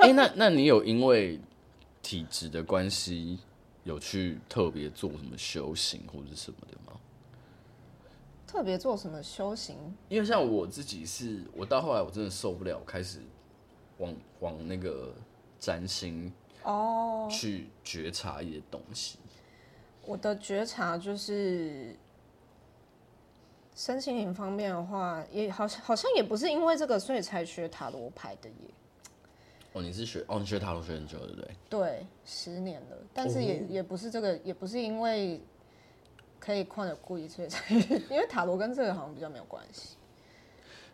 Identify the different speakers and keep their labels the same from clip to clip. Speaker 1: 哎、那那你有因为体质的关系，有去特别做什么修行或者什么的吗？
Speaker 2: 特别做什么修行？
Speaker 1: 因为像我自己是，我到后来我真的受不了，我开始往往那个占星
Speaker 2: 哦、
Speaker 1: 去觉察一些东西。
Speaker 2: 我的觉察就是身心灵方面的话，也好像好像也不是因为这个所以才学塔罗牌的耶。
Speaker 1: 哦，你是学哦，你学塔罗学很久，对不对？
Speaker 2: 对，十年了，但是
Speaker 1: 哦
Speaker 2: 也、也不是这个，也不是因为可以旷得故意，所以才， 因为塔罗跟这个好像比较没有关系。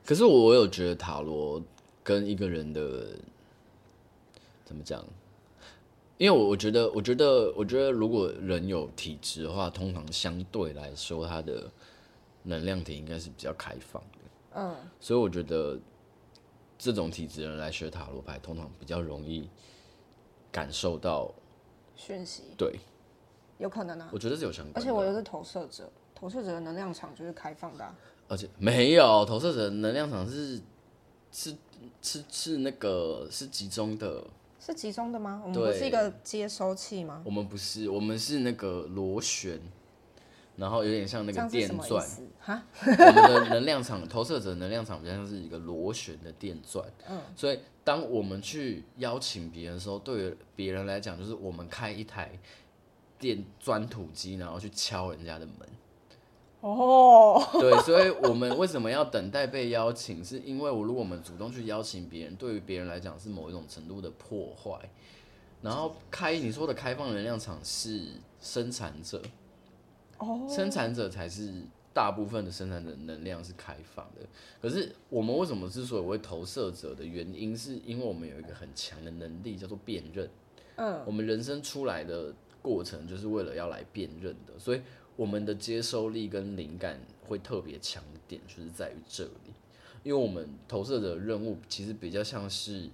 Speaker 1: 可是我有觉得塔罗跟一个人的怎么讲？因为我我觉得，我觉得，我觉得，如果人有体质的话，通常相对来说，他的能量体应该是比较开放的。
Speaker 2: 嗯，
Speaker 1: 所以我觉得这种体质的人来学塔罗牌，通常比较容易感受到。
Speaker 2: 讯息
Speaker 1: 对，
Speaker 2: 有可能啊，
Speaker 1: 我觉得是有相关的。
Speaker 2: 而且我又是投射者，投射者的能量场就是开放的啊、
Speaker 1: 而且没有投射者能量场是是是是那个是集中的，
Speaker 2: 是集中的吗？我们
Speaker 1: 对
Speaker 2: 不是一个接收器吗？
Speaker 1: 我们不是，我们是那个螺旋，然后有点像那
Speaker 2: 这
Speaker 1: 个
Speaker 2: 样是
Speaker 1: 电
Speaker 2: 什么意
Speaker 1: 钻。
Speaker 2: 思？哈，
Speaker 1: 我们的能量场，投射者能量场比较像是一个螺旋的电钻。嗯，所以当我们去邀请别人的时候，对于别人来讲，就是我们开一台电钻土机，然后去敲人家的门。
Speaker 2: 哦，
Speaker 1: 对，所以我们为什么要等待被邀请？是因为我如果我们主动去邀请别人，对于别人来讲是某一种程度的破坏。然后开你说的开放能量场是生产者，
Speaker 2: 哦，
Speaker 1: 生产者才是大部分的生产者能量是开放的。可是我们为什么之所以会投射者的原因，是因为我们有一个很强的能力叫做辨认。
Speaker 2: 嗯，
Speaker 1: 我们人生出来的过程就是为了要来辨认的，所以我们的接收力跟灵感会特别强一点，就是在于这里。因为我们投射者的任务其实比较像是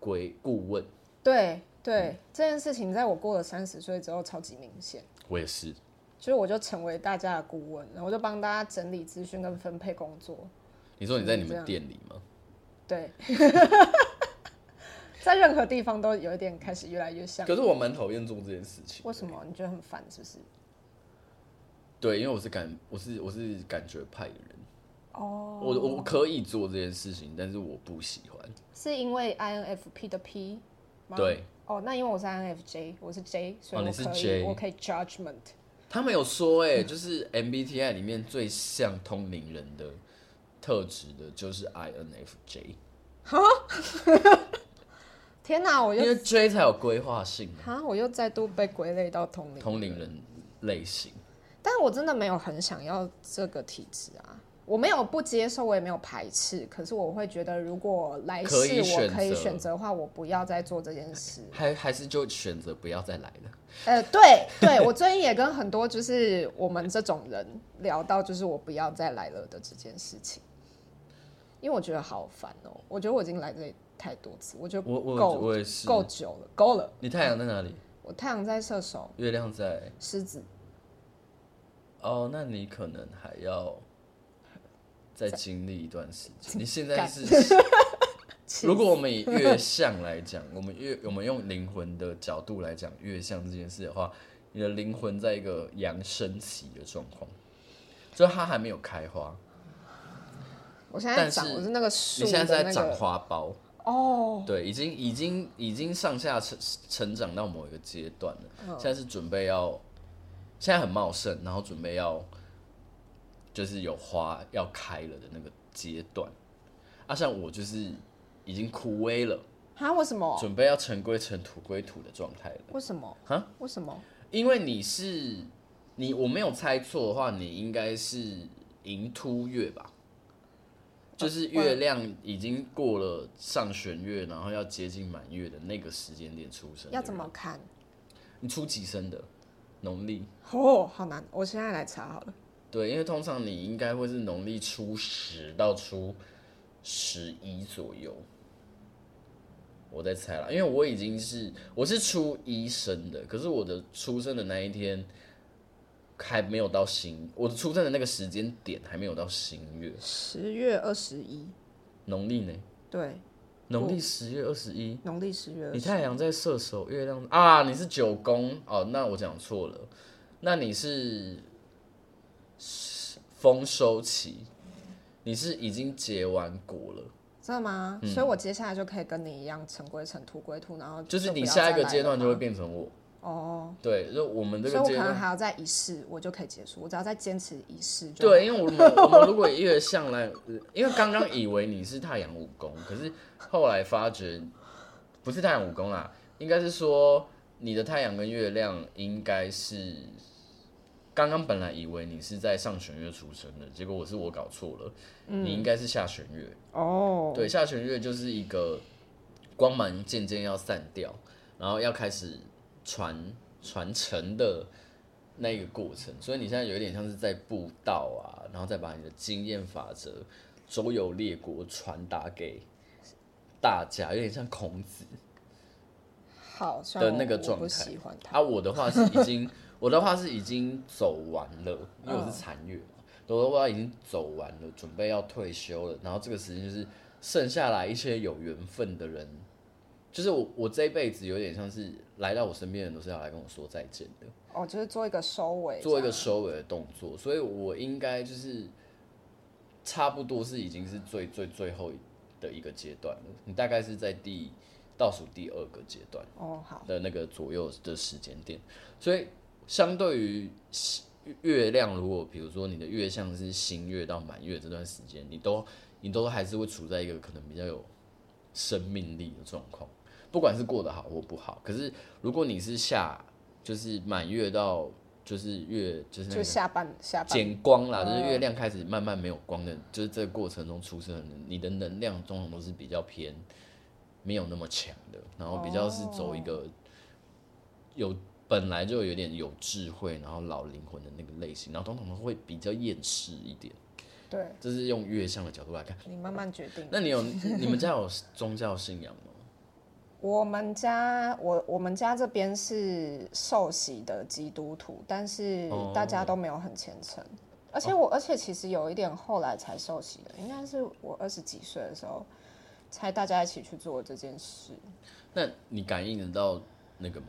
Speaker 1: 归顾问，
Speaker 2: 对对，这件事情在我过了三十岁之后超级明显。
Speaker 1: 我也是，
Speaker 2: 就是我就成为大家的顾问，然后我就帮大家整理资讯跟分配工作。
Speaker 1: 你说你在你
Speaker 2: 这
Speaker 1: 们
Speaker 2: 样
Speaker 1: 店里吗？
Speaker 2: 对， 在任何地方都有一点开始越来越像。
Speaker 1: 可是我蛮讨厌做这件事情。
Speaker 2: 为什么你觉得很烦？是不是？
Speaker 1: 对，因为我是感我是我是感觉派的人，
Speaker 2: 哦，
Speaker 1: 我我可以做这件事情，但是我不喜欢。
Speaker 2: 是因为 INFP 的 P 吗？。
Speaker 1: 对
Speaker 2: 哦，那因为我是 INFJ，我是 J，所以
Speaker 1: 哦
Speaker 2: 我
Speaker 1: 你是
Speaker 2: 可以，
Speaker 1: J
Speaker 2: 我可以 judgment。
Speaker 1: 他们有说、欸，哎，就是 MBTI 里面最像通灵人的特质的，就是 INFJ，
Speaker 2: 天哪，我
Speaker 1: 因
Speaker 2: 又
Speaker 1: 为 J 才有规划性嘛，
Speaker 2: 哈，我又再度被归类到同龄。
Speaker 1: 通灵人类型。
Speaker 2: 但我真的没有很想要这个体质啊，我没有不接受，我也没有排斥，可是我会觉得，如果来世
Speaker 1: 可以选
Speaker 2: 我
Speaker 1: 择
Speaker 2: 可以选择的话，我不要再做这件事。
Speaker 1: 还还是就选择不要再来了。
Speaker 2: 呃，对对，我最近也跟很多就是我们这种人聊到，就是我不要再来了的这件事情，因为我觉得好烦哦、我觉得我已经来这里太多次，我觉得
Speaker 1: 我我
Speaker 2: 够
Speaker 1: 我也是。
Speaker 2: 够久了，够了。
Speaker 1: 你太阳在哪里？
Speaker 2: 我太阳在射手，
Speaker 1: 月亮在
Speaker 2: 狮子，
Speaker 1: 哦，那你可能还要再经历一段时间。 你现在
Speaker 2: 干
Speaker 1: 是
Speaker 2: 气
Speaker 1: 如果我 们以月相来讲，我们越我们用灵魂的角度来讲月相这件事的话，你的灵魂在一个阳升期的状况，就它还没有开花，
Speaker 2: 我现在
Speaker 1: 但
Speaker 2: 长
Speaker 1: 是
Speaker 2: 我是那个树
Speaker 1: 你现在
Speaker 2: 的
Speaker 1: 是在
Speaker 2: 那
Speaker 1: 长
Speaker 2: 个
Speaker 1: 花苞，
Speaker 2: 哦，
Speaker 1: 对，已经已经已经上下成成长到某一个阶段
Speaker 2: 嗯
Speaker 1: 了，现在是准备要，现在很茂盛，然后准备要，就是有花要开了的那个阶段，啊，像我就是已经枯萎了。
Speaker 2: 哈，为什么？
Speaker 1: 准备要尘归尘，土归土的状态了。
Speaker 2: 为什么？
Speaker 1: 哈？
Speaker 2: 为什么？
Speaker 1: 因为你是你，我没有猜错的话，你应该是迎突月吧？就是月亮已经过了上弦月，然后要接近满月的那个时间点出生。
Speaker 2: 要怎？么看？
Speaker 1: 你初几生的？农历？
Speaker 2: 哦，好难，我现在来查好了。
Speaker 1: 对，因为通常你应该会是农历初十到初十一左右，我在猜啦，因为我已经是我是初一生的，可是我的出生的那一天还没有到新，我的出生的那个时间点还没有到新月，
Speaker 2: 十月二十一，
Speaker 1: 农历呢？
Speaker 2: 对，
Speaker 1: 农历十月二十一，
Speaker 2: 农历十月
Speaker 1: 你太阳在射手，月亮啊，你是九宫哦，那我讲错了，那你是丰收期，你是已经结完果了，
Speaker 2: 真的吗？
Speaker 1: 嗯
Speaker 2: 所以我接下来就可以跟你一样尘归尘，土归土，然后
Speaker 1: 就是你
Speaker 2: 不要
Speaker 1: 下一个
Speaker 2: 再来
Speaker 1: 阶段
Speaker 2: 了
Speaker 1: 就会
Speaker 2: 吗
Speaker 1: 变成我。
Speaker 2: 哦，
Speaker 1: 对，就我们这
Speaker 2: 所以
Speaker 1: 个
Speaker 2: 我
Speaker 1: 阶
Speaker 2: 可能
Speaker 1: 段，
Speaker 2: 还要再一试，我就可以结束。我只要再坚持一试就好，
Speaker 1: 对，因为我们我们如果越向来，因为刚刚以为你是太阳五宫，可是后来发觉不是太阳五宫啦，应该是说你的太阳跟月亮应该是刚刚本来以为你是在上弦月出生的，结果我是我搞错了，你应该是下弦月。
Speaker 2: 哦，
Speaker 1: 对，下弦月就是一个光芒渐渐要散掉，然后要开始传传承的那一个过程。所以你现在有一点像是在布道啊，然后再把你的经验法则周游列国传达给大家，有点像孔子
Speaker 2: 好虽
Speaker 1: 的
Speaker 2: 然
Speaker 1: 那个
Speaker 2: 我我
Speaker 1: 状
Speaker 2: 不
Speaker 1: 态
Speaker 2: 喜欢它。
Speaker 1: 啊。我的话是已经，我的话是已经走完了，因为我是残月嘛，我的话已经走完了，准备要退休了。然后这个时间就是剩下来一些有缘分的人，就是我我这一辈子有点像是来到我身边的人都是要来跟我说再见的，
Speaker 2: 哦，就是做一个收尾，
Speaker 1: 做一个
Speaker 2: 这样
Speaker 1: 收尾的动作，所以我应该就是差不多是已经是最最最后的一个阶段了。你大概是在第倒数第二个阶段。
Speaker 2: 哦，好，
Speaker 1: 的那个左右的时间点，所以相对于西月亮，如果比如说你的月相是新月到满月这段时间，你都你都还是会处在一个可能比较有生命力的状况，不管是过得好或不好。可是如果你是下就是满月到就是月就是那
Speaker 2: 就
Speaker 1: 个
Speaker 2: 下半下半
Speaker 1: 减光
Speaker 2: 嗯
Speaker 1: 啦，就是月亮开始慢慢没有光的，就是这个过程中出生的人，你的能量通常都是比较偏没有那么强的，然后比较是走一
Speaker 2: 哦
Speaker 1: 个有本来就有点有智慧，然后老灵魂的那个类型，然后通常会比较厌世一点，
Speaker 2: 对，
Speaker 1: 这是用月相的角度来看。
Speaker 2: 你慢慢决定。
Speaker 1: 那你有你们家有宗教信仰吗？
Speaker 2: 我们家我我们家这边是受洗的基督徒，但是
Speaker 1: 哦
Speaker 2: 大家都没有很虔诚。而且我，而且其实有一点后来才受洗的，应该是我二十几岁的时候，才大家一起去做这件事。
Speaker 1: 那你感应得到那个吗？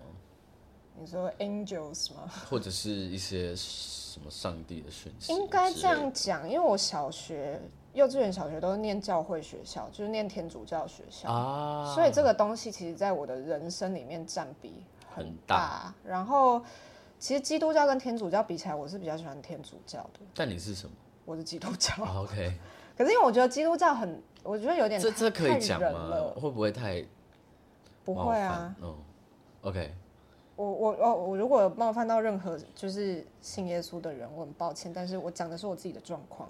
Speaker 2: 你说 angels 吗？
Speaker 1: 或者是一些什么上帝的讯息？
Speaker 2: 应该这样。讲，因为我小学、幼稚园、小学都是念教会学校，就是念天主教学校。
Speaker 1: 啊，
Speaker 2: 所以这个东西其实在我的人生里面占比很
Speaker 1: 很
Speaker 2: 大
Speaker 1: 大。
Speaker 2: 然后，其实基督教跟天主教比起来，我是比较喜欢天主教的，
Speaker 1: 但你是什么、
Speaker 2: 我是基督教。
Speaker 1: o k
Speaker 2: 可是因为我觉得基督教很，我觉得有点
Speaker 1: 这
Speaker 2: 太
Speaker 1: 这可
Speaker 2: 太
Speaker 1: 以讲
Speaker 2: 人
Speaker 1: 吗
Speaker 2: 了？
Speaker 1: 会不会太
Speaker 2: 不
Speaker 1: 冒
Speaker 2: 会
Speaker 1: 犯？
Speaker 2: 啊，
Speaker 1: 嗯，OK，
Speaker 2: 我我我我如果有冒犯到任何就是信耶稣的人，我很抱歉，但是我讲的是我自己的状 况，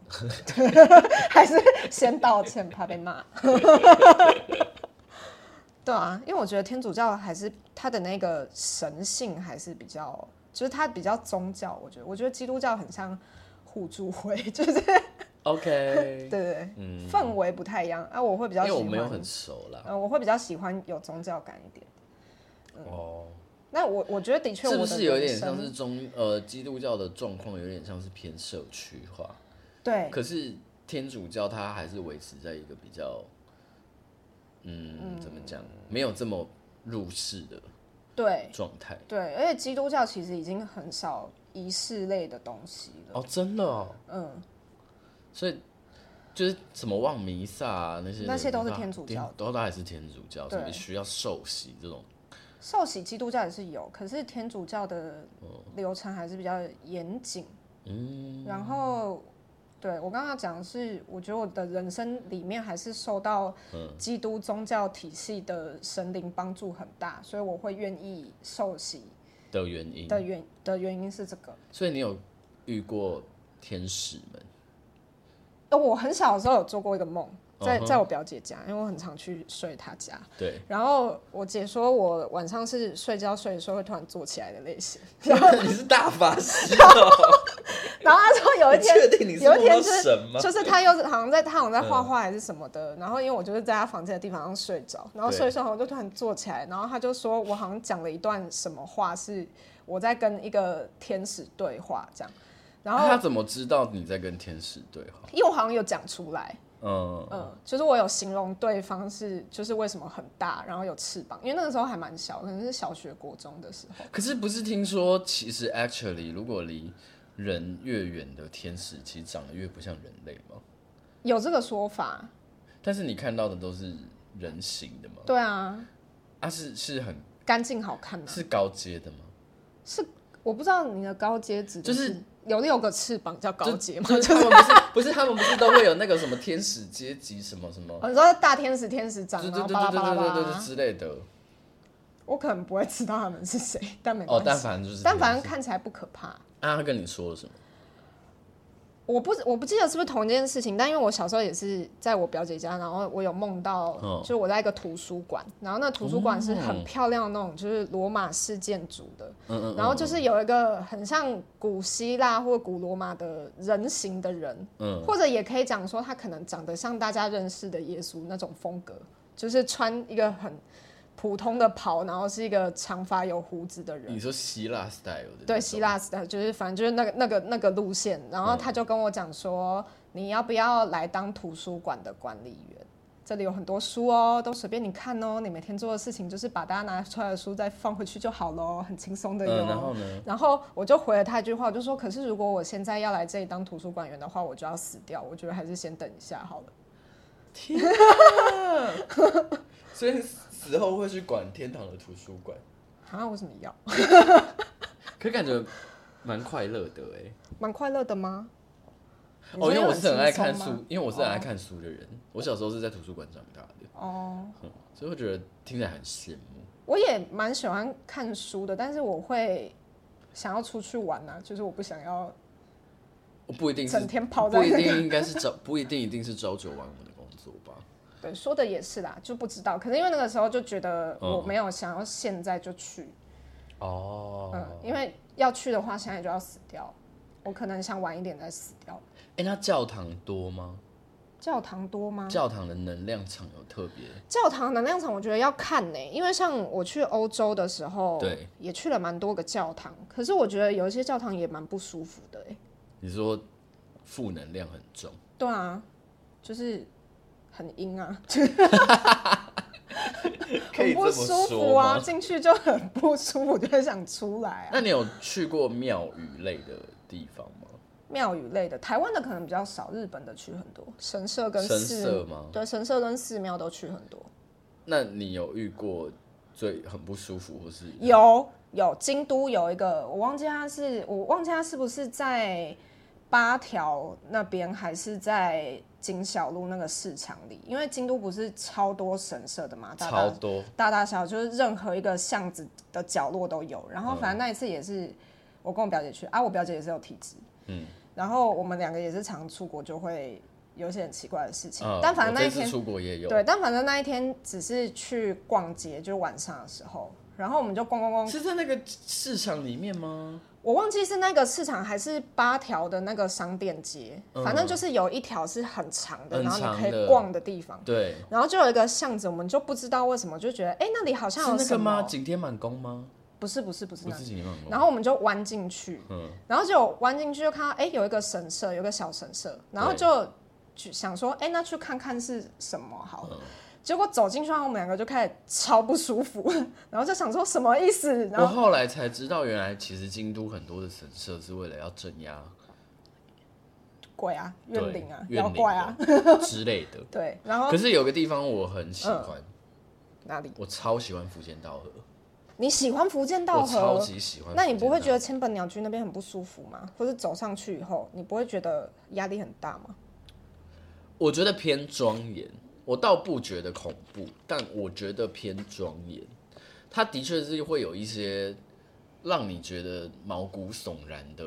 Speaker 2: 还是先道歉，怕被骂。 对啊，因为我觉得天主教还是他的那个神性还是比较，就是他比较宗教。我觉得，我觉得基督教很像互助会，就是对
Speaker 1: OK，
Speaker 2: 对对，氛围不太一样啊。我 会比
Speaker 1: 嗯因
Speaker 2: 较
Speaker 1: 为
Speaker 2: 喜
Speaker 1: 我
Speaker 2: 欢，
Speaker 1: 没有很熟啦。
Speaker 2: 呃我会比较喜欢有宗教感一点。嗯
Speaker 1: 哦，
Speaker 2: 那我我觉得的确，
Speaker 1: 是不是有点像
Speaker 2: 生
Speaker 1: 是中呃基督教的状况，有点像是偏社区化？
Speaker 2: 对
Speaker 1: 可是天主教它还是维持在一个比较，嗯，怎么讲，没有这么入世的
Speaker 2: 对
Speaker 1: 状态。
Speaker 2: 对，而且基督教其实已经很少仪式类的东西了。
Speaker 1: 哦，真的哦，
Speaker 2: 嗯，
Speaker 1: 所以就是什么望弥撒啊那些的，
Speaker 2: 那些都是
Speaker 1: 那
Speaker 2: 天主教的
Speaker 1: 都都还是天主教，
Speaker 2: 对
Speaker 1: 所以需要受洗这种。
Speaker 2: 受洗基督教也是有，可是天主教的
Speaker 1: 嗯
Speaker 2: 流程还是比较严谨。嗯，然后对我刚刚讲的是，我觉得我的人生里面还是受到
Speaker 1: 嗯
Speaker 2: 基督宗教体系的神灵帮助很大，所以我会愿意受洗
Speaker 1: 的原因，
Speaker 2: 的原的原因是这个。
Speaker 1: 所以你有遇过天使们？
Speaker 2: 呃我很小的时候有做过一个梦，在
Speaker 1: 嗯哼
Speaker 2: 在我表姐家，因为我很常去睡她家。
Speaker 1: 对，
Speaker 2: 然后我姐说我晚上是睡觉睡的时候会突然坐起来的类型，
Speaker 1: 你是大法师 哦，
Speaker 2: 然后她说有一
Speaker 1: 你
Speaker 2: 天，
Speaker 1: 确 定你是
Speaker 2: 有一
Speaker 1: 梦到嗯
Speaker 2: 天就是
Speaker 1: 神吗？
Speaker 2: 就是她又是好像在她好像在画画还是什么的，然后因为我就是在她房间的地方上睡着，然后
Speaker 1: 对
Speaker 2: 睡一睡我就突然坐起来，然后她就说我好像讲了一段什么话，是我在跟一个天使对话这样，然
Speaker 1: 那他
Speaker 2: 后
Speaker 1: 怎么知道你在跟天使对话？
Speaker 2: 因为我好像有讲出来，
Speaker 1: 嗯，
Speaker 2: 嗯，就是我有形容对方是，就是为什么很大，然后有翅膀，因为那个时候还蛮小，可能是小学、国中的时候。
Speaker 1: 可是不是听说，其实 actually 如果离人越远的天使，其实长得越不像人类吗？
Speaker 2: 有这个说法，
Speaker 1: 但是你看到的都是人形的吗？
Speaker 2: 对啊，
Speaker 1: 啊，是是很
Speaker 2: 干净好看啊。
Speaker 1: 是高阶 的吗？
Speaker 2: 我不知道你的高阶指的
Speaker 1: 就是
Speaker 2: 是有六个翅膀叫高阶吗？
Speaker 1: 就是他们不是不是他们不是都会有那个什么天使阶级什么什么，
Speaker 2: 哦你说大天使、天使长，
Speaker 1: 对
Speaker 2: 然
Speaker 1: 对
Speaker 2: 后
Speaker 1: 对
Speaker 2: 巴拉
Speaker 1: 对
Speaker 2: 巴拉
Speaker 1: 对对
Speaker 2: 巴
Speaker 1: 对对
Speaker 2: 拉。
Speaker 1: 之类的。
Speaker 2: 我可能不会知道他们是谁，但没
Speaker 1: 哦，
Speaker 2: 关
Speaker 1: 但
Speaker 2: 系。
Speaker 1: 反正就是，
Speaker 2: 但反正，看起来不可怕。
Speaker 1: 啊，他跟你说了什么？
Speaker 2: 我不我不记得是不是同一件事情，但因为我小时候也是在我表姐家，然后我有梦到，
Speaker 1: 嗯哦
Speaker 2: 就是我在一个图书馆，然后那图书馆是很漂亮的那种，就是罗马式建筑的，
Speaker 1: 嗯嗯
Speaker 2: 然后就是有一个很像古希腊或古罗马的人形的人，
Speaker 1: 嗯，
Speaker 2: 或者也可以讲说他可能长得像大家认识的耶稣那种风格，就是穿一个很普通的袍，然后是一个长发有胡子的人，
Speaker 1: 你说希腊 style 的那种，
Speaker 2: 对希腊 style，就是反正就是那个那个那个路线。然
Speaker 1: 嗯
Speaker 2: 后他就跟我讲说，你要不要来当图书馆的管理员？这里有很多书哦，都随便你看哦。你每天做的事情就是把大家拿出来的书再放回去就好喽，很轻松的哟。
Speaker 1: 嗯，然后 呢？
Speaker 2: 然后我就回了他一句话，我就说：“可是如果我现在要来这里当图书馆员的话，我就要死掉。我觉得还是先等一下好了。
Speaker 1: 天啊！所以死后会去管天堂的图书馆，”
Speaker 2: 啊，为什么要？
Speaker 1: 可感觉蛮快乐的哎、
Speaker 2: 蛮快乐的吗？你
Speaker 1: 哦，
Speaker 2: 说
Speaker 1: 因为我是很爱
Speaker 2: 轻松
Speaker 1: 看
Speaker 2: 吗
Speaker 1: 书，因为我是很爱看书的人。我小时候是在图书馆长大的，
Speaker 2: 哦。
Speaker 1: 嗯，所以我觉得听起来很羡慕。
Speaker 2: 我也蛮喜欢看书的，但是我会想要出去玩啊，就是我不想要
Speaker 1: 我不一定是
Speaker 2: 整天泡
Speaker 1: 不
Speaker 2: 在
Speaker 1: 一
Speaker 2: 那个。
Speaker 1: 定应该是朝， 不一定一定是朝九晚五的工作吧。
Speaker 2: 对，说的也是啦，就不知道。可是因为那个时候就觉得
Speaker 1: 嗯
Speaker 2: 我没有想要现在就去，
Speaker 1: 哦
Speaker 2: 嗯，因为要去的话现在就要死掉，我可能想晚一点再死掉。
Speaker 1: 哎、那教堂多吗？
Speaker 2: 教堂多吗？
Speaker 1: 教堂的能量场有特别？
Speaker 2: 教堂能量场，我觉得要看呢、因为像我去欧洲的时候，
Speaker 1: 对，
Speaker 2: 也去了蛮多个教堂，可是我觉得有一些教堂也蛮不舒服的、欸，
Speaker 1: 你说负能量很重，
Speaker 2: 对啊，就是很阴啊，很不舒服啊，？进去就很不舒服，就会想出来啊。
Speaker 1: 那你有去过庙宇类的地方吗？
Speaker 2: 庙宇类的，台湾的可能比较少，日本的去很多，神社跟
Speaker 1: 神
Speaker 2: 寺
Speaker 1: 社吗
Speaker 2: 对，神社跟寺庙都去很多。
Speaker 1: 那你有遇过最很不舒服或是？
Speaker 2: 有有，京都有一个，我忘记它是，我忘记它是不是在八条那边，还是在锦小路那个市场里？因为京都不是超多神社的嘛，大大
Speaker 1: 超多，
Speaker 2: 大大小小，就是任何一个巷子的角落都有。然后
Speaker 1: 嗯
Speaker 2: 反正那一次也是我跟我表姐去啊，我表姐也是有体质，
Speaker 1: 嗯，
Speaker 2: 然后我们两个也是常出国，就会有一些很奇怪的事情。
Speaker 1: 啊
Speaker 2: 但反正
Speaker 1: 我
Speaker 2: 那一
Speaker 1: 这次
Speaker 2: 天
Speaker 1: 出国也有，
Speaker 2: 对，但反正那一天只是去逛街，就是晚上的时候，然后我们就逛逛逛，
Speaker 1: 是在那个市场里面吗？
Speaker 2: 我忘记是那个市场还是八条的那个商店街，反正就是有一条是很长
Speaker 1: 嗯
Speaker 2: 的，
Speaker 1: 很
Speaker 2: 然后
Speaker 1: 长
Speaker 2: 你可
Speaker 1: 的
Speaker 2: 以逛的地方。
Speaker 1: 对，
Speaker 2: 然后就有一个巷子，我们就不知道为什么就觉得，哎、那里好
Speaker 1: 是
Speaker 2: 像有
Speaker 1: 那
Speaker 2: 什
Speaker 1: 个吗？
Speaker 2: 么？
Speaker 1: 景天满宫吗？
Speaker 2: 不是不是不是
Speaker 1: 不
Speaker 2: 那
Speaker 1: 是景天满宫，
Speaker 2: 然后我们就弯进去，
Speaker 1: 嗯
Speaker 2: 然后就弯进去就看到，哎、有一个神社，有一个小神社，然后就去想说，哎、那去看看是什么好
Speaker 1: 嗯
Speaker 2: 了。结果走进去，然后我们两个就开始超不舒服， 然后就想说什么意思？然
Speaker 1: 我
Speaker 2: 后
Speaker 1: 后来才知道，原来其实京都很多的神社是为了要镇 压
Speaker 2: 鬼啊，
Speaker 1: 哦对
Speaker 2: 怨灵啊，
Speaker 1: 怨
Speaker 2: 妖
Speaker 1: 灵
Speaker 2: 怪啊，
Speaker 1: 的之类的。
Speaker 2: 对。然后
Speaker 1: 可是有个地方我很喜
Speaker 2: 嗯
Speaker 1: 欢，
Speaker 2: 哪里？
Speaker 1: 我超喜欢福建道河，
Speaker 2: 你喜欢福建道
Speaker 1: 我超
Speaker 2: 河？
Speaker 1: 级喜欢。
Speaker 2: 那你不会觉
Speaker 1: 得？
Speaker 2: 得千本鸟居那边很不舒服吗？或者走上去以后，你不会觉得压力很大吗？
Speaker 1: 我觉得偏庄严，我倒不觉得恐怖，但我觉得偏庄严。它的确是会有一些让你觉得毛骨悚然的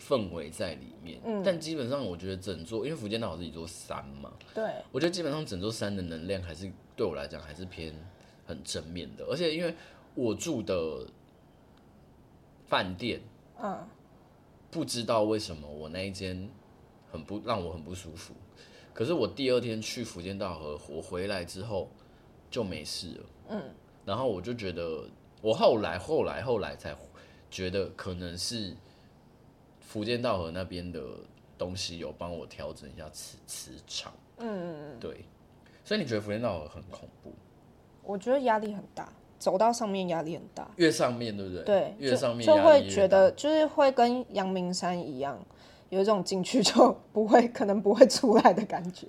Speaker 1: 氛围在里面。
Speaker 2: 嗯
Speaker 1: 但基本上我觉得整座，因为福建岛是一座山嘛，
Speaker 2: 对，
Speaker 1: 我觉得基本上整座山的能量还是对我来讲还是偏很正面的，而且因为我住的饭店，
Speaker 2: 嗯，
Speaker 1: 不知道为什么我那一间很不让我很不舒服，可是我第二天去福建道和我回来之后就没事了，嗯，然后我就觉得我后来后来后来才觉得可能是福建道和那边的东西有帮我调整一下磁磁场。嗯，对。所以你觉得福建岛很恐怖？
Speaker 2: 我觉得压力很大，走到上面压力很大。
Speaker 1: 越上面对不对？
Speaker 2: 对，
Speaker 1: 越
Speaker 2: 就
Speaker 1: 上面
Speaker 2: 就
Speaker 1: 压力
Speaker 2: 会
Speaker 1: 越
Speaker 2: 觉
Speaker 1: 大
Speaker 2: 得就是会跟阳明山一样，有一种进去就不会，可能不会出来的感觉。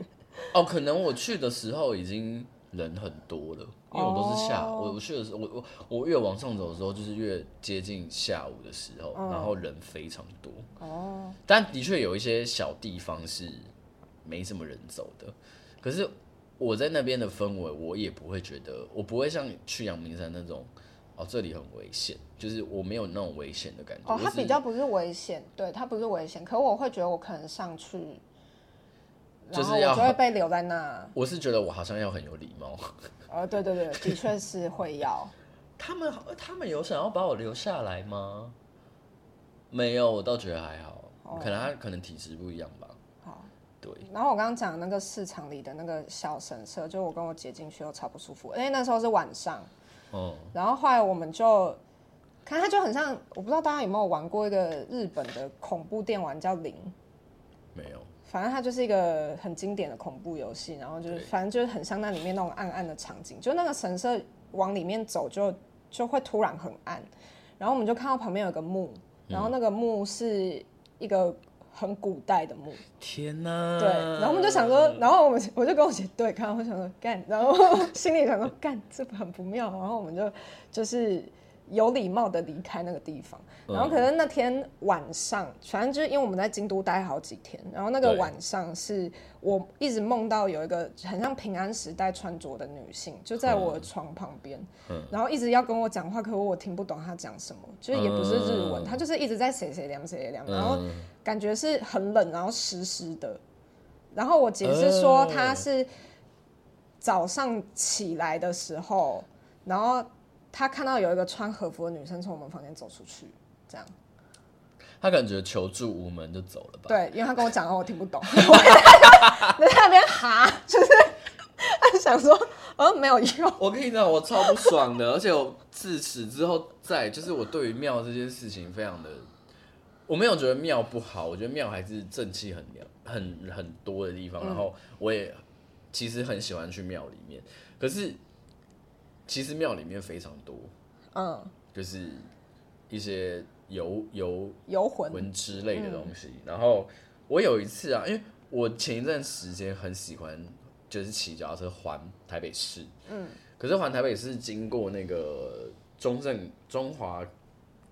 Speaker 1: 哦，可能我去的时候已经人很多了，因为我都是下
Speaker 2: 哦
Speaker 1: 我我去的时候，我我我越往上走的时候，就是越接近下午的时候，
Speaker 2: 嗯
Speaker 1: 然后人非常多。
Speaker 2: 哦，
Speaker 1: 但的确有一些小地方是没什么人走的，可是我在那边的氛围，我也不会觉得，我不会像去阳明山那种，哦，这里很危险，就是我没有那种危险的感觉。
Speaker 2: 哦，
Speaker 1: 我
Speaker 2: 它
Speaker 1: 只
Speaker 2: 比较不是危险，对，它不是危险。可我会觉得我可能上去，
Speaker 1: 就
Speaker 2: 然
Speaker 1: 是
Speaker 2: 后我
Speaker 1: 要
Speaker 2: 就会
Speaker 1: 很
Speaker 2: 被留在那。
Speaker 1: 我是觉得我好像要很有礼貌。
Speaker 2: 呃，对对对，的确是 会要。
Speaker 1: 他们好他们有想要把我留下来吗？没有，我倒觉得还好，可能他可能体质不一样吧。
Speaker 2: 哦好，
Speaker 1: 对，
Speaker 2: 然后我刚刚讲的那个市场里的那个小神社，就我跟我姐进去又超不舒服，因为那时候是晚上，
Speaker 1: 哦、
Speaker 2: 然后后来我们就，看它就很像，我不知道大家有没有玩过一个日本的恐怖电玩叫《零》，
Speaker 1: 没有，
Speaker 2: 反正它就是一个很经典的恐怖游戏，然后就是
Speaker 1: 对
Speaker 2: 反正就是很像那里面那种暗暗的场景，就那个神社往里面走就就会突然很暗，然后我们就看到旁边有个墓，然后那个墓是一个很古代的墓，
Speaker 1: 天哪！
Speaker 2: 对，然后我们就想
Speaker 1: 嗯
Speaker 2: 说，然后我们我 就跟我姐对看，我想说干，然 后心里想说干，这很不妙，然后我们就就是有礼貌的离开那个地方。
Speaker 1: 嗯
Speaker 2: 然后可能那天晚上，反正就是因为我们在京都待好几天，然后那个
Speaker 1: 对
Speaker 2: 晚上是我一直梦到有一个很像平安时代穿着的女性，就在我的床旁边，
Speaker 1: 嗯
Speaker 2: 然后一直要跟我讲话，可我听不懂她讲什么，就是也不是日文，
Speaker 1: 嗯
Speaker 2: 她就是一直在谁谁凉谁谁凉，
Speaker 1: 嗯
Speaker 2: 然后感觉是很冷，然后湿湿的。然后我姐是说
Speaker 1: 哦
Speaker 2: 她是早上起来的时候，然后她看到有一个穿和服的女生从我们房间走出去，这样。
Speaker 1: 他感觉求助无门就走了吧？
Speaker 2: 对，因为她跟我讲，然后我听不懂， 我在那边哈，就是她想说，呃，没有用。
Speaker 1: 我跟你讲，我超不爽的，而且我自此之后再就是我对于庙这件事情非常的，我没有觉得庙不好，我觉得庙还是正气很良很很多的地方，然后我也其实很喜欢去庙里面，可是其实庙里面非常多，
Speaker 2: 嗯，
Speaker 1: 就是一些游游
Speaker 2: 游魂，
Speaker 1: 文之类的东西。然后我有一次啊，因为我前一段时间很喜欢，就是骑脚踏车环台北市。嗯。可是环台北市经过那个中正中华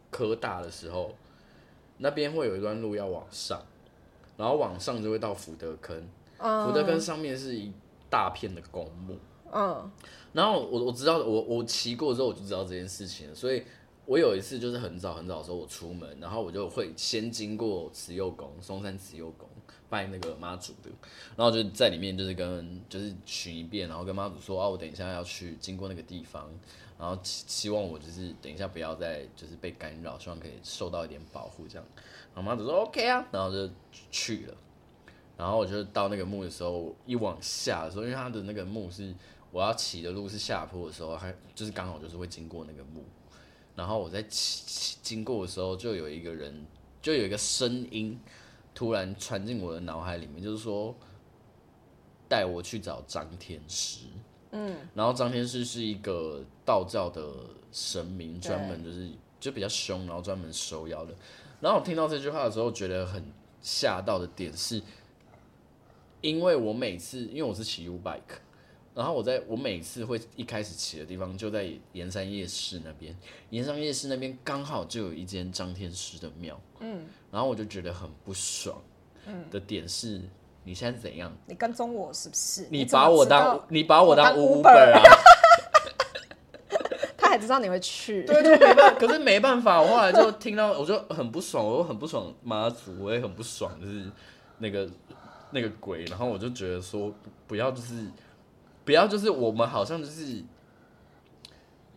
Speaker 1: 科大的时候，那边会有一段路要往上，然后往上就会到福德坑。福德坑上面是一大片的公墓。
Speaker 2: 嗯，
Speaker 1: 然后我我知道我我骑过之后我就知道这件事情了，所以我有一次就是很早很早的时候我出门，然后我就会先经过慈幼宫，松山慈幼宫拜那个妈祖的，然后就在里面就是跟就是巡一遍，然后跟妈祖说啊，我等一下要去经过那个地方，然后希希望我就是等一下不要再就是被干扰，希望可以受到一点保护这样。然后妈祖说 OK 啊，然后就去了。然后我就到那个墓的时候，一往下的时候，因为它的那个墓是我要骑的路是下坡的时候，还就是刚好就是会经过那个墓。然后我在骑骑经过的时候，就有一个人，就有一个声音突然传进我的脑海里面，就是说带我去找张天师。嗯，然后张天师是一个道教的神明，
Speaker 2: 对
Speaker 1: 专门就是就比较凶，然后专门收妖的。然后我听到这句话的时候，觉得很吓到的点是，因为我每次因为我是骑 U bike，然后我在我每次会一开始骑的地方就在盐山夜市那边，盐山夜市那边刚好就有一间张天师的庙，嗯，然后我就觉得很不爽，嗯，的点是你现在怎样？
Speaker 2: 你跟踪我是不是？
Speaker 1: 你
Speaker 2: 怎么
Speaker 1: 把我
Speaker 2: 知
Speaker 1: 当
Speaker 2: 道，
Speaker 1: 你把我当
Speaker 2: 我
Speaker 1: Uber
Speaker 2: 当 Uber
Speaker 1: 啊？
Speaker 2: 他还知道你 会去，
Speaker 1: 对，就没办法。可是没办法，我后来就听到，我就很不爽，我就很不爽妈祖，我也很不爽，就是那个那个鬼。然后我就觉得说，不要就是不要就是我们好像就是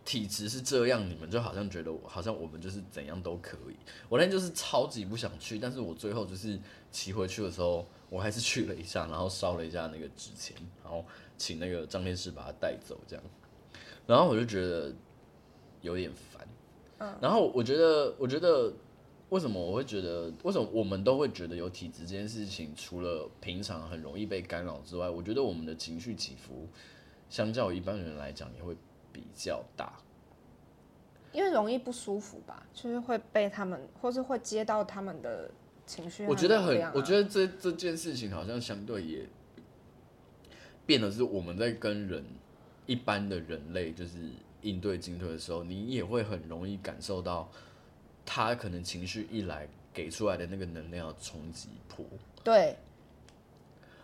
Speaker 1: 体质是这样，你们就好像觉得我好像我们就是怎样都可以。我那天就是超级不想去，但是我最后就是骑回去的时候，我还是去了一下，然后烧了一下那个纸钱，然后请那个张天师把它带走，这样。然后我就觉得有点烦。然后我觉得，我觉得为什么我会觉得，为什么我们都会觉得有体质这件事情，除了平常很容易被干扰之外，我觉得我们的情绪起伏，相较于一般人来讲也会比较大。
Speaker 2: 因为容易不舒服吧，就是会被他们，或是会接到他们的情绪、
Speaker 1: 我觉得很，我觉
Speaker 2: 得
Speaker 1: 得这这件事情好像相对也变得是我们在跟人一般的人类就是应对进退的时候，你也会很容易感受到他可能情绪一来给出来的那个能量的冲击波。
Speaker 2: 对，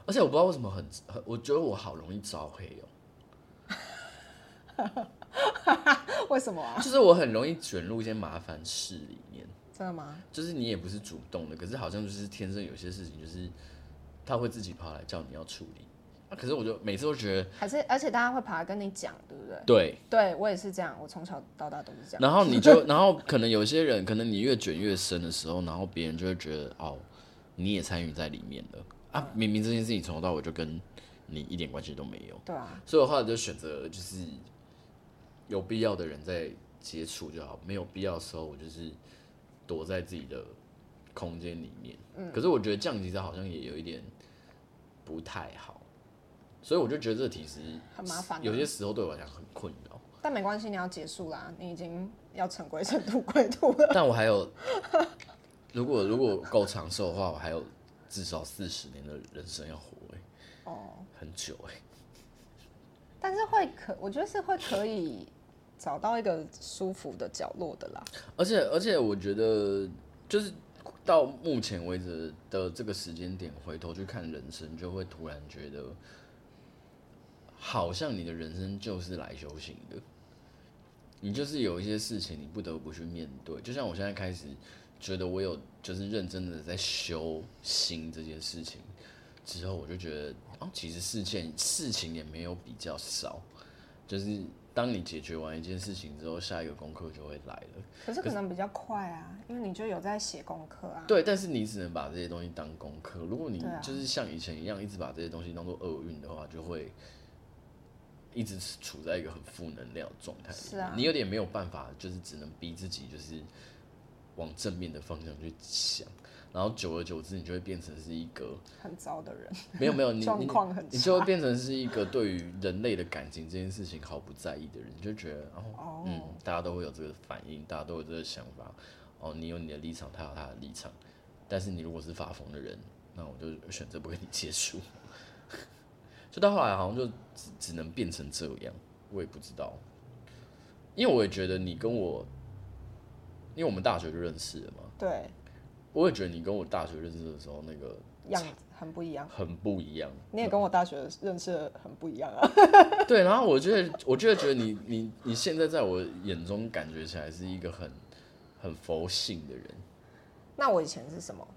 Speaker 1: 而且我不知道为什么很，很我觉得我好容易招黑哦、
Speaker 2: 为什么啊？
Speaker 1: 就是我很容易卷入一些麻烦事里面。
Speaker 2: 真的吗？
Speaker 1: 就是你也不是主动的，可是好像就是天生有些事情就是他会自己跑来叫你要处理。啊、可是我就每次都觉得
Speaker 2: 还是而且大家会跑来跟你讲，对不对？
Speaker 1: 对，
Speaker 2: 对我也是这样，我从小到大都是这样。
Speaker 1: 然后你就， 然后可能有些人，可能你越卷越深的时候，然后别人就会觉得哦，你也参与在里面了啊！明明这件事情从头到尾就跟你一点关系都没有，
Speaker 2: 对啊，
Speaker 1: 所以我后来就选择就是有必要的人在接触就好，没有必要的时候我就是躲在自己的空间里面。
Speaker 2: 嗯
Speaker 1: 可是我觉得这样其实好像也有一点不太好，所以我就觉得这体实
Speaker 2: 很麻烦啊
Speaker 1: 有些时候对我来讲很困扰。
Speaker 2: 但没关系，你要结束啦，你已经要尘归尘，土 归土了。
Speaker 1: 但我还有， 如果如果够长寿的话，我还有至少四十年的人生要活、欸，
Speaker 2: 哦，
Speaker 1: 很久哎、
Speaker 2: 但是会可，我觉得是会可以找到一个舒服的角落的啦。
Speaker 1: 而且而且，我觉得就是到目前为止的这个时间点，回头去看人生，就会突然觉得，好像你的人生就是来修行的。你就是有一些事情你不得不去面对，就像我现在开始觉得我有就是认真的在修心这件事情之后，我就觉得哦，其实事件事情也没有比较少，就是当你解决完一件事情之后，下一个功课就会来了。
Speaker 2: 可是可能比较快啊，因为你就有在写功课啊。
Speaker 1: 对，但是你只能把这些东西当功课。如果你
Speaker 2: 对啊
Speaker 1: 就是像以前一样，一直把这些东西当做厄运的话，就会一直处在一个很负能量的状态里面。
Speaker 2: 是啊
Speaker 1: 你有点没有办法，就是只能逼自己，就是往正面的方向去想。然后久而久之，你就会变成是一 个
Speaker 2: 很糟的人，
Speaker 1: 没有没有呃你
Speaker 2: 状
Speaker 1: 你
Speaker 2: 况很
Speaker 1: 你
Speaker 2: 差
Speaker 1: 就会变成是一个对于人类的感情这件事情毫不在意的人，你就觉得哦
Speaker 2: 哦，
Speaker 1: 嗯，大家都会有这个反应，大家都有这个想法，哦，你有你的立场，他有他的立场，但是你如果是发疯的人，那我就选择不跟你接触， 就到后来好像就只只能变成这样，我也不知道，因为我也觉得你跟我，因为我们大学就认识了嘛，
Speaker 2: 对，
Speaker 1: 我也觉得你跟我大学认识的时候那个
Speaker 2: 样子很不一样。
Speaker 1: 很不一 样。
Speaker 2: 你也跟我大学认识的很不一样啊。
Speaker 1: 对，然后我就会，我就会觉得你你你现在在我眼中感觉起来是一个很很佛性的人，
Speaker 2: 那我以前是什么？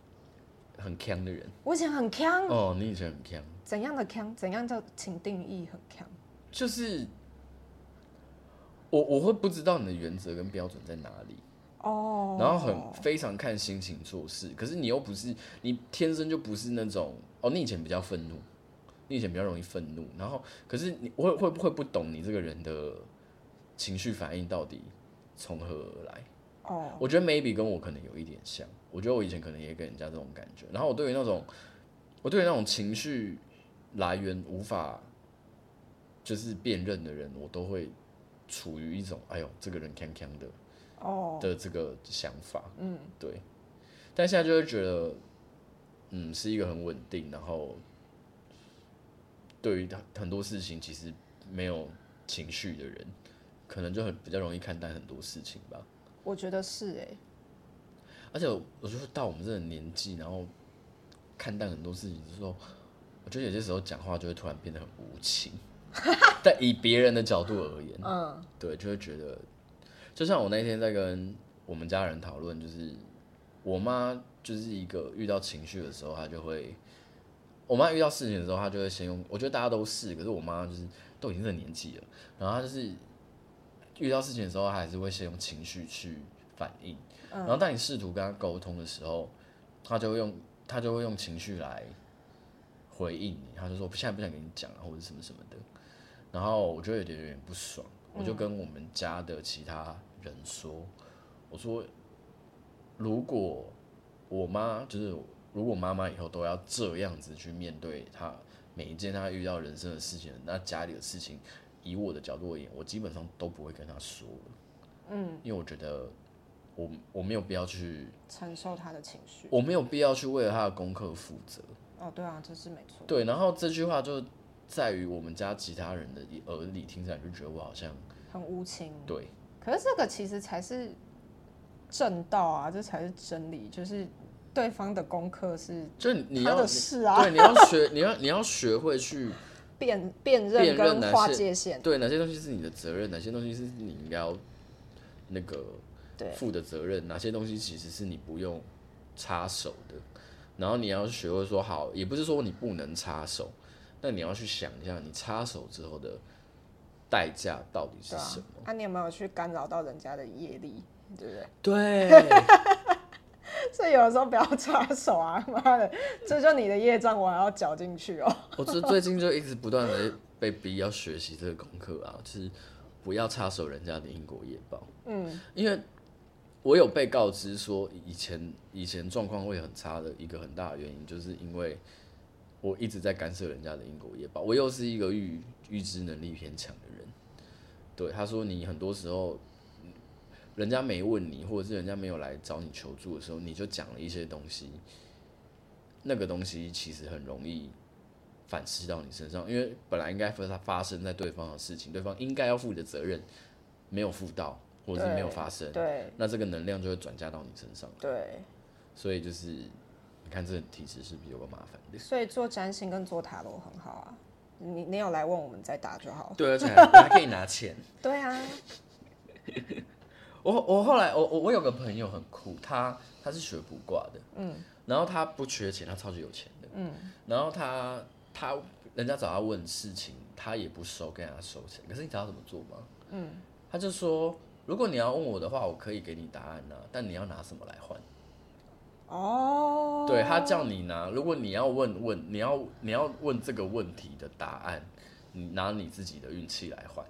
Speaker 1: 很强的人。
Speaker 2: 我以前很强，
Speaker 1: 哦，你以前很强，
Speaker 2: 怎样的强？怎样叫请定义很强？
Speaker 1: 就是我我会不知道你的原则跟标准在哪里，
Speaker 2: 哦，
Speaker 1: 然后很非常看心情做事。可是你又不是你天生就不是那种哦，你以前比较愤怒，你以前比较容易愤怒，然后可是你我会会会不懂你这个人的情绪反应到底从何而来。
Speaker 2: 哦，
Speaker 1: 我觉得 maybe 跟我可能有一点像，我觉得我以前可能也给人家这种感觉。然后我对于那种，我对于那种情绪来源无法就是辨认的人，我都会处于一种哎呦这个人锵锵的
Speaker 2: 哦，
Speaker 1: 的这个想法。嗯，对。但现在就会觉得，嗯，是一个很稳定，然后对于他很多事情其实没有情绪的人，可能就很比较容易看待很多事情吧。
Speaker 2: 我觉得是哎、
Speaker 1: 而且我我就是到我们这个年纪，然后看淡很多事情之后，我觉得有些时候讲话就会突然变得很无情。 但以别人的角度而言，
Speaker 2: 嗯，
Speaker 1: 对，就会觉得，就像我那天在跟我们家人讨论，就是我妈就是一个遇到情绪的时候，她就会，我妈遇到事情的时候，她就会先用，我觉得大家都是，可是我妈就是都已经这个年纪了，然后她就是遇到事情的时候，她还是会先用情绪去反应，然后当你试图跟她沟通的时候，她就会用她就会用情绪来回应你，她就说我现在不想跟你讲啊，或者什么什么的，然后我就有点有点不爽，我就跟我们家的其他人说，我说如果我妈就是如果妈妈以后都要这样子去面对她每一件她遇到人生的事情，那家里的事情，以我的角度而言，我基本上都不会跟她说了。嗯，因为我觉得我我没有必要去，
Speaker 2: 嗯承受他的情绪。
Speaker 1: 我没有必要去为了她的功课负责。
Speaker 2: 哦，对啊，这是没错。
Speaker 1: 对，然后这句话就在于我们家其他人的耳里听起来就觉得我好像
Speaker 2: 很无情。
Speaker 1: 对，
Speaker 2: 可是这个其实才是正道啊，这才是真理，就是对方的功课是
Speaker 1: 就你
Speaker 2: 他
Speaker 1: 要
Speaker 2: 的事啊，
Speaker 1: 对，你要学，你要你要学会 去
Speaker 2: 辨辨
Speaker 1: 辨
Speaker 2: 认
Speaker 1: 认哪
Speaker 2: 跟划
Speaker 1: 些
Speaker 2: 界限。
Speaker 1: 对哪些东西是你的责任，哪些东西是你应该要那个
Speaker 2: 对
Speaker 1: 负的责任，哪些东西其实是你不用插手的。然后你要学会说好，也不是说你不能插手，但你要去想一下，你插手之后的代价到底是
Speaker 2: 对啊
Speaker 1: 什么。，
Speaker 2: 那、你有没有去干扰到人家的业力？对不 对？啊
Speaker 1: 对，
Speaker 2: 所以有的时候不要插手啊！ 妈的，这就你的业障，我还要搅进去哦。
Speaker 1: 我最最近就一直不断的被逼要学习这个功课啊，就是不要插手人家的因果业报。
Speaker 2: 嗯，
Speaker 1: 因为我有被告知说，以前以前状况会很差的一个很大的原因，就是因为我一直在干涉人家的因果业报。我又是一个预预知能力偏强的人，对他说，你很多时候。人家没问你，或者是人家没有来找你求助的时候，你就讲了一些东西，那个东西其实很容易反噬到你身上，因为本来应该发发生在对方的事情，对方应该要负的责任没有负到，或者是没有发生，
Speaker 2: 对
Speaker 1: 那这个能量就会转嫁到你身上，
Speaker 2: 对，
Speaker 1: 所以就是你看这个体质是不是有个麻烦的？
Speaker 2: 所以做占星跟做塔罗很好啊。你你有来问我们再打就好了。
Speaker 1: 对，而且 还还可以拿钱。
Speaker 2: 对啊，
Speaker 1: 我我后来我我我有个朋友很酷，他他是学卜卦的，嗯，然后他不缺钱，他超级有钱的，嗯，然后他他人家找他问事情，他也不收，跟人家收钱。可是你知道他怎么做吗？嗯，他就说，如果你要问我的话，我可以给你答案呐、啊但你要拿什么来换？
Speaker 2: 哦，
Speaker 1: 对他叫你拿，如果你要问问你要你要问这个问题的答案，你拿你自己的运气来换，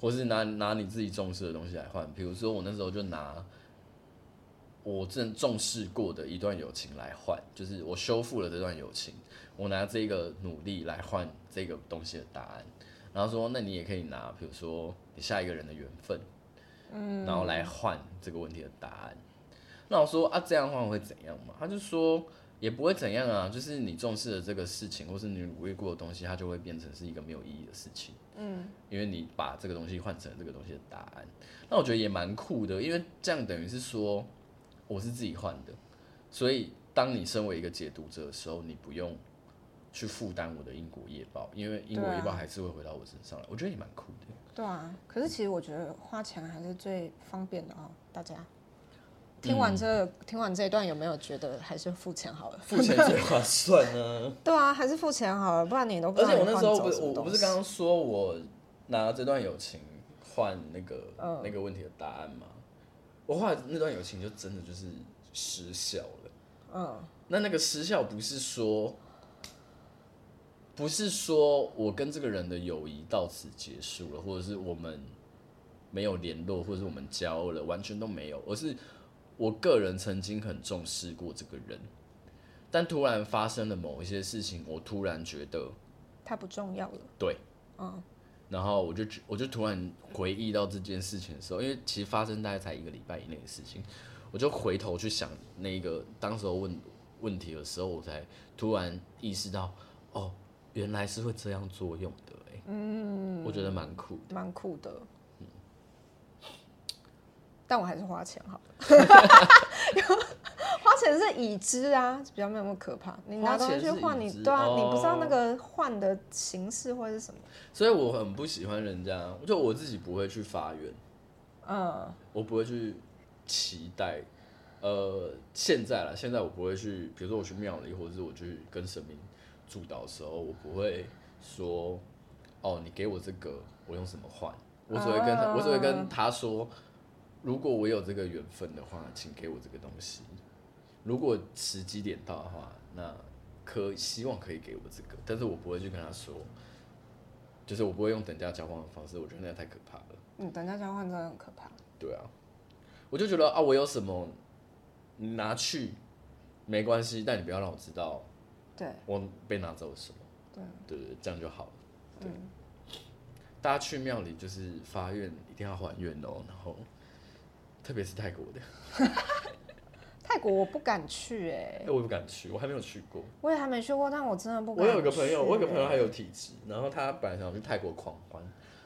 Speaker 1: 或是拿拿你自己重视的东西来换。比如说我那时候就拿我正重视过的一段友情来换，就是我修复了这段友情，我拿这个努力来换这个东西的答案。然后说，那你也可以拿，比如说你下一个人的缘分，嗯，然后来换这个问题的答案。那我说啊，这样的话会怎样嘛？他就说也不会怎样啊，就是你重视的这个事情，或是你努力过的东西，它就会变成是一个没有意义的事情。嗯，因为你把这个东西换成这个东西的答案，那我觉得也蛮酷的，因为这样等于是说我是自己换的，所以当你身为一个解读者的时候，你不用去负担我的因果业报，因为因果业报
Speaker 2: 对啊
Speaker 1: 还是会回到我身上来。我觉得也蛮酷的。
Speaker 2: 对啊。可是其实我觉得花钱还是最方便的哦，大家。听
Speaker 1: 嗯
Speaker 2: 完这、听完这一段，有没有觉得还是付钱好了？
Speaker 1: 付钱最划算呢、
Speaker 2: 对啊，还是付钱好了，不然你都不知
Speaker 1: 而
Speaker 2: 道
Speaker 1: 且我
Speaker 2: 你
Speaker 1: 那
Speaker 2: 换
Speaker 1: 时候
Speaker 2: 走
Speaker 1: 不
Speaker 2: 什
Speaker 1: 是
Speaker 2: 么
Speaker 1: 我我
Speaker 2: 东
Speaker 1: 不是
Speaker 2: 西
Speaker 1: 刚刚说我拿这段友情换那个、
Speaker 2: 嗯
Speaker 1: 那个问题的答案吗？我后来那段友情就真的就是失效了。嗯，那那个失效不是说不是说我跟这个人的友谊到此结束了，或者是我们没有联络，或者是我们交了，完全都没有，而是我个人曾经很重视过这个人。但突然发生了某一些事情，我突然觉得，
Speaker 2: 它不重要了。
Speaker 1: 对，然后我就觉我就突然回忆到这件事情的时候，因为其实发生大概才一个礼拜以内的事情，我就回头去想那个当时候问问题的时候，我才突然意识到，哦，原来是会这样作用的、欸，嗯，我觉得蛮酷。
Speaker 2: 蛮酷的。但我还是花钱好了， 花钱是已知啊，比较没有那么可怕。你拿东西去
Speaker 1: 花
Speaker 2: 换，
Speaker 1: 钱是已
Speaker 2: 你
Speaker 1: 知
Speaker 2: 对啊，
Speaker 1: 哦
Speaker 2: 你不知道那个换的形式或是什么。
Speaker 1: 所以我很不喜欢人家，就我自己不会去发愿，
Speaker 2: 嗯，
Speaker 1: 我不会去期待。呃，现在了，现在我不会去，比如说我去庙里，或者是我去跟神明祝祷的时候，我不会说，哦，你给我这个，我用什么换？我只会跟他，我只会跟他说，如果我有这个缘分的话，请给我这个东西。如果时机点到的话，那可希望可以给我这个，但是我不会去跟他说，就是我不会用等价交换的方式，我觉得那太可怕了。
Speaker 2: 嗯你等价交换真的很可怕。
Speaker 1: 对啊，我就觉得啊，我有什么你拿去没关系，但你不要让我知道
Speaker 2: 对
Speaker 1: 我被拿走了什么。
Speaker 2: 对，
Speaker 1: 对对，这样就好了。对，
Speaker 2: 嗯
Speaker 1: 大家去庙里就是发愿，一定要还愿哦。然后，特别是泰国的，
Speaker 2: 泰国我不敢去哎、
Speaker 1: 哎我也不敢去，我还没有去过。
Speaker 2: 我也还没去过，但我真的不敢
Speaker 1: 我
Speaker 2: 去、
Speaker 1: 有一个朋友，我有一个朋友他
Speaker 2: 哎
Speaker 1: 有体质，然后他本来想去泰国狂欢，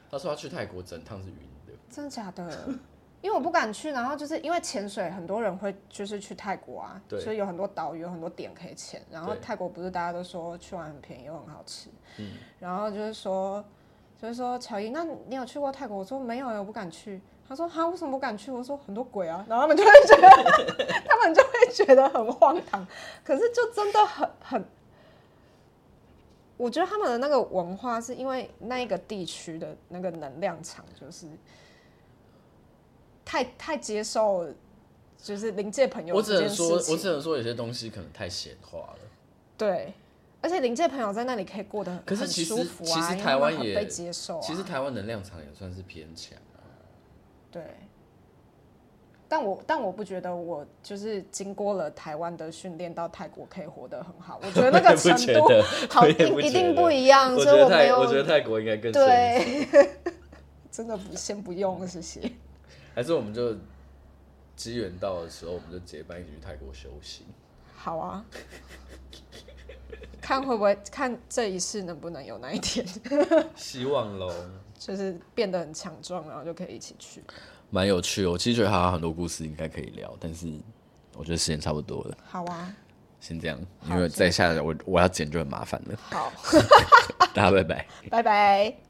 Speaker 1: 他说他去泰国整趟是晕的。
Speaker 2: 真的假的？ 因为我不敢去，然后就是因为潜水，很多人会就是去泰国啊，
Speaker 1: 对
Speaker 2: 所以有很多岛屿，有很多点可以潜。然后
Speaker 1: 对
Speaker 2: 泰国不是大家都说去玩很便宜又很好吃，
Speaker 1: 嗯
Speaker 2: 然后就是说，就是说乔伊，那你有去过泰国？我说没有，啊我不敢去。他说哈，为什么不敢去？我说很多鬼啊，然后他们就会觉得，他们就会觉得很荒唐。 可是就真的很很，我觉得他们的那个文化是因为那一个地区的那个能量场就是太太接受，就是临界朋友
Speaker 1: 我
Speaker 2: 这
Speaker 1: 只能
Speaker 2: 件事情。
Speaker 1: 说，我只能说有些东西可能太显化了。
Speaker 2: 对，而且临界朋友在那里可以过得很
Speaker 1: 可是
Speaker 2: 很
Speaker 1: 其实
Speaker 2: 舒服啊，
Speaker 1: 其实
Speaker 2: 因为
Speaker 1: 台湾
Speaker 2: 他们很
Speaker 1: 也
Speaker 2: 被接受、啊，
Speaker 1: 其实台湾能量场也算是偏强啊、
Speaker 2: 对。但我但我不觉得我就是经过了台湾的训练到泰国可以活得很好，我觉得 那
Speaker 1: 我
Speaker 2: 个
Speaker 1: 也不
Speaker 2: 程
Speaker 1: 觉
Speaker 2: 度
Speaker 1: 得
Speaker 2: 好
Speaker 1: 我
Speaker 2: 一
Speaker 1: 也不
Speaker 2: 一
Speaker 1: 觉
Speaker 2: 定
Speaker 1: 得
Speaker 2: 不一样，
Speaker 1: 我
Speaker 2: 所
Speaker 1: 觉
Speaker 2: 以
Speaker 1: 得
Speaker 2: 我没
Speaker 1: 泰，
Speaker 2: 有
Speaker 1: 我觉得泰国应该更深一层。
Speaker 2: 对，真的不先不用谢谢。
Speaker 1: 还是我们就机缘到的时候，我们就结伴一起去泰国修行。
Speaker 2: 好啊，看会不会看这一世能不能有那一天，
Speaker 1: 希望喽，
Speaker 2: 就是变得很强壮，然后就可以一起去。
Speaker 1: 蛮有趣哦。我其实觉得还有很多故事应该可以聊，但是我觉得时间差不多了，
Speaker 2: 好啊，
Speaker 1: 先这样，
Speaker 2: 好
Speaker 1: 因为再下来我我要剪就很麻烦了。
Speaker 2: 好，
Speaker 1: 大家拜拜。
Speaker 2: 拜拜。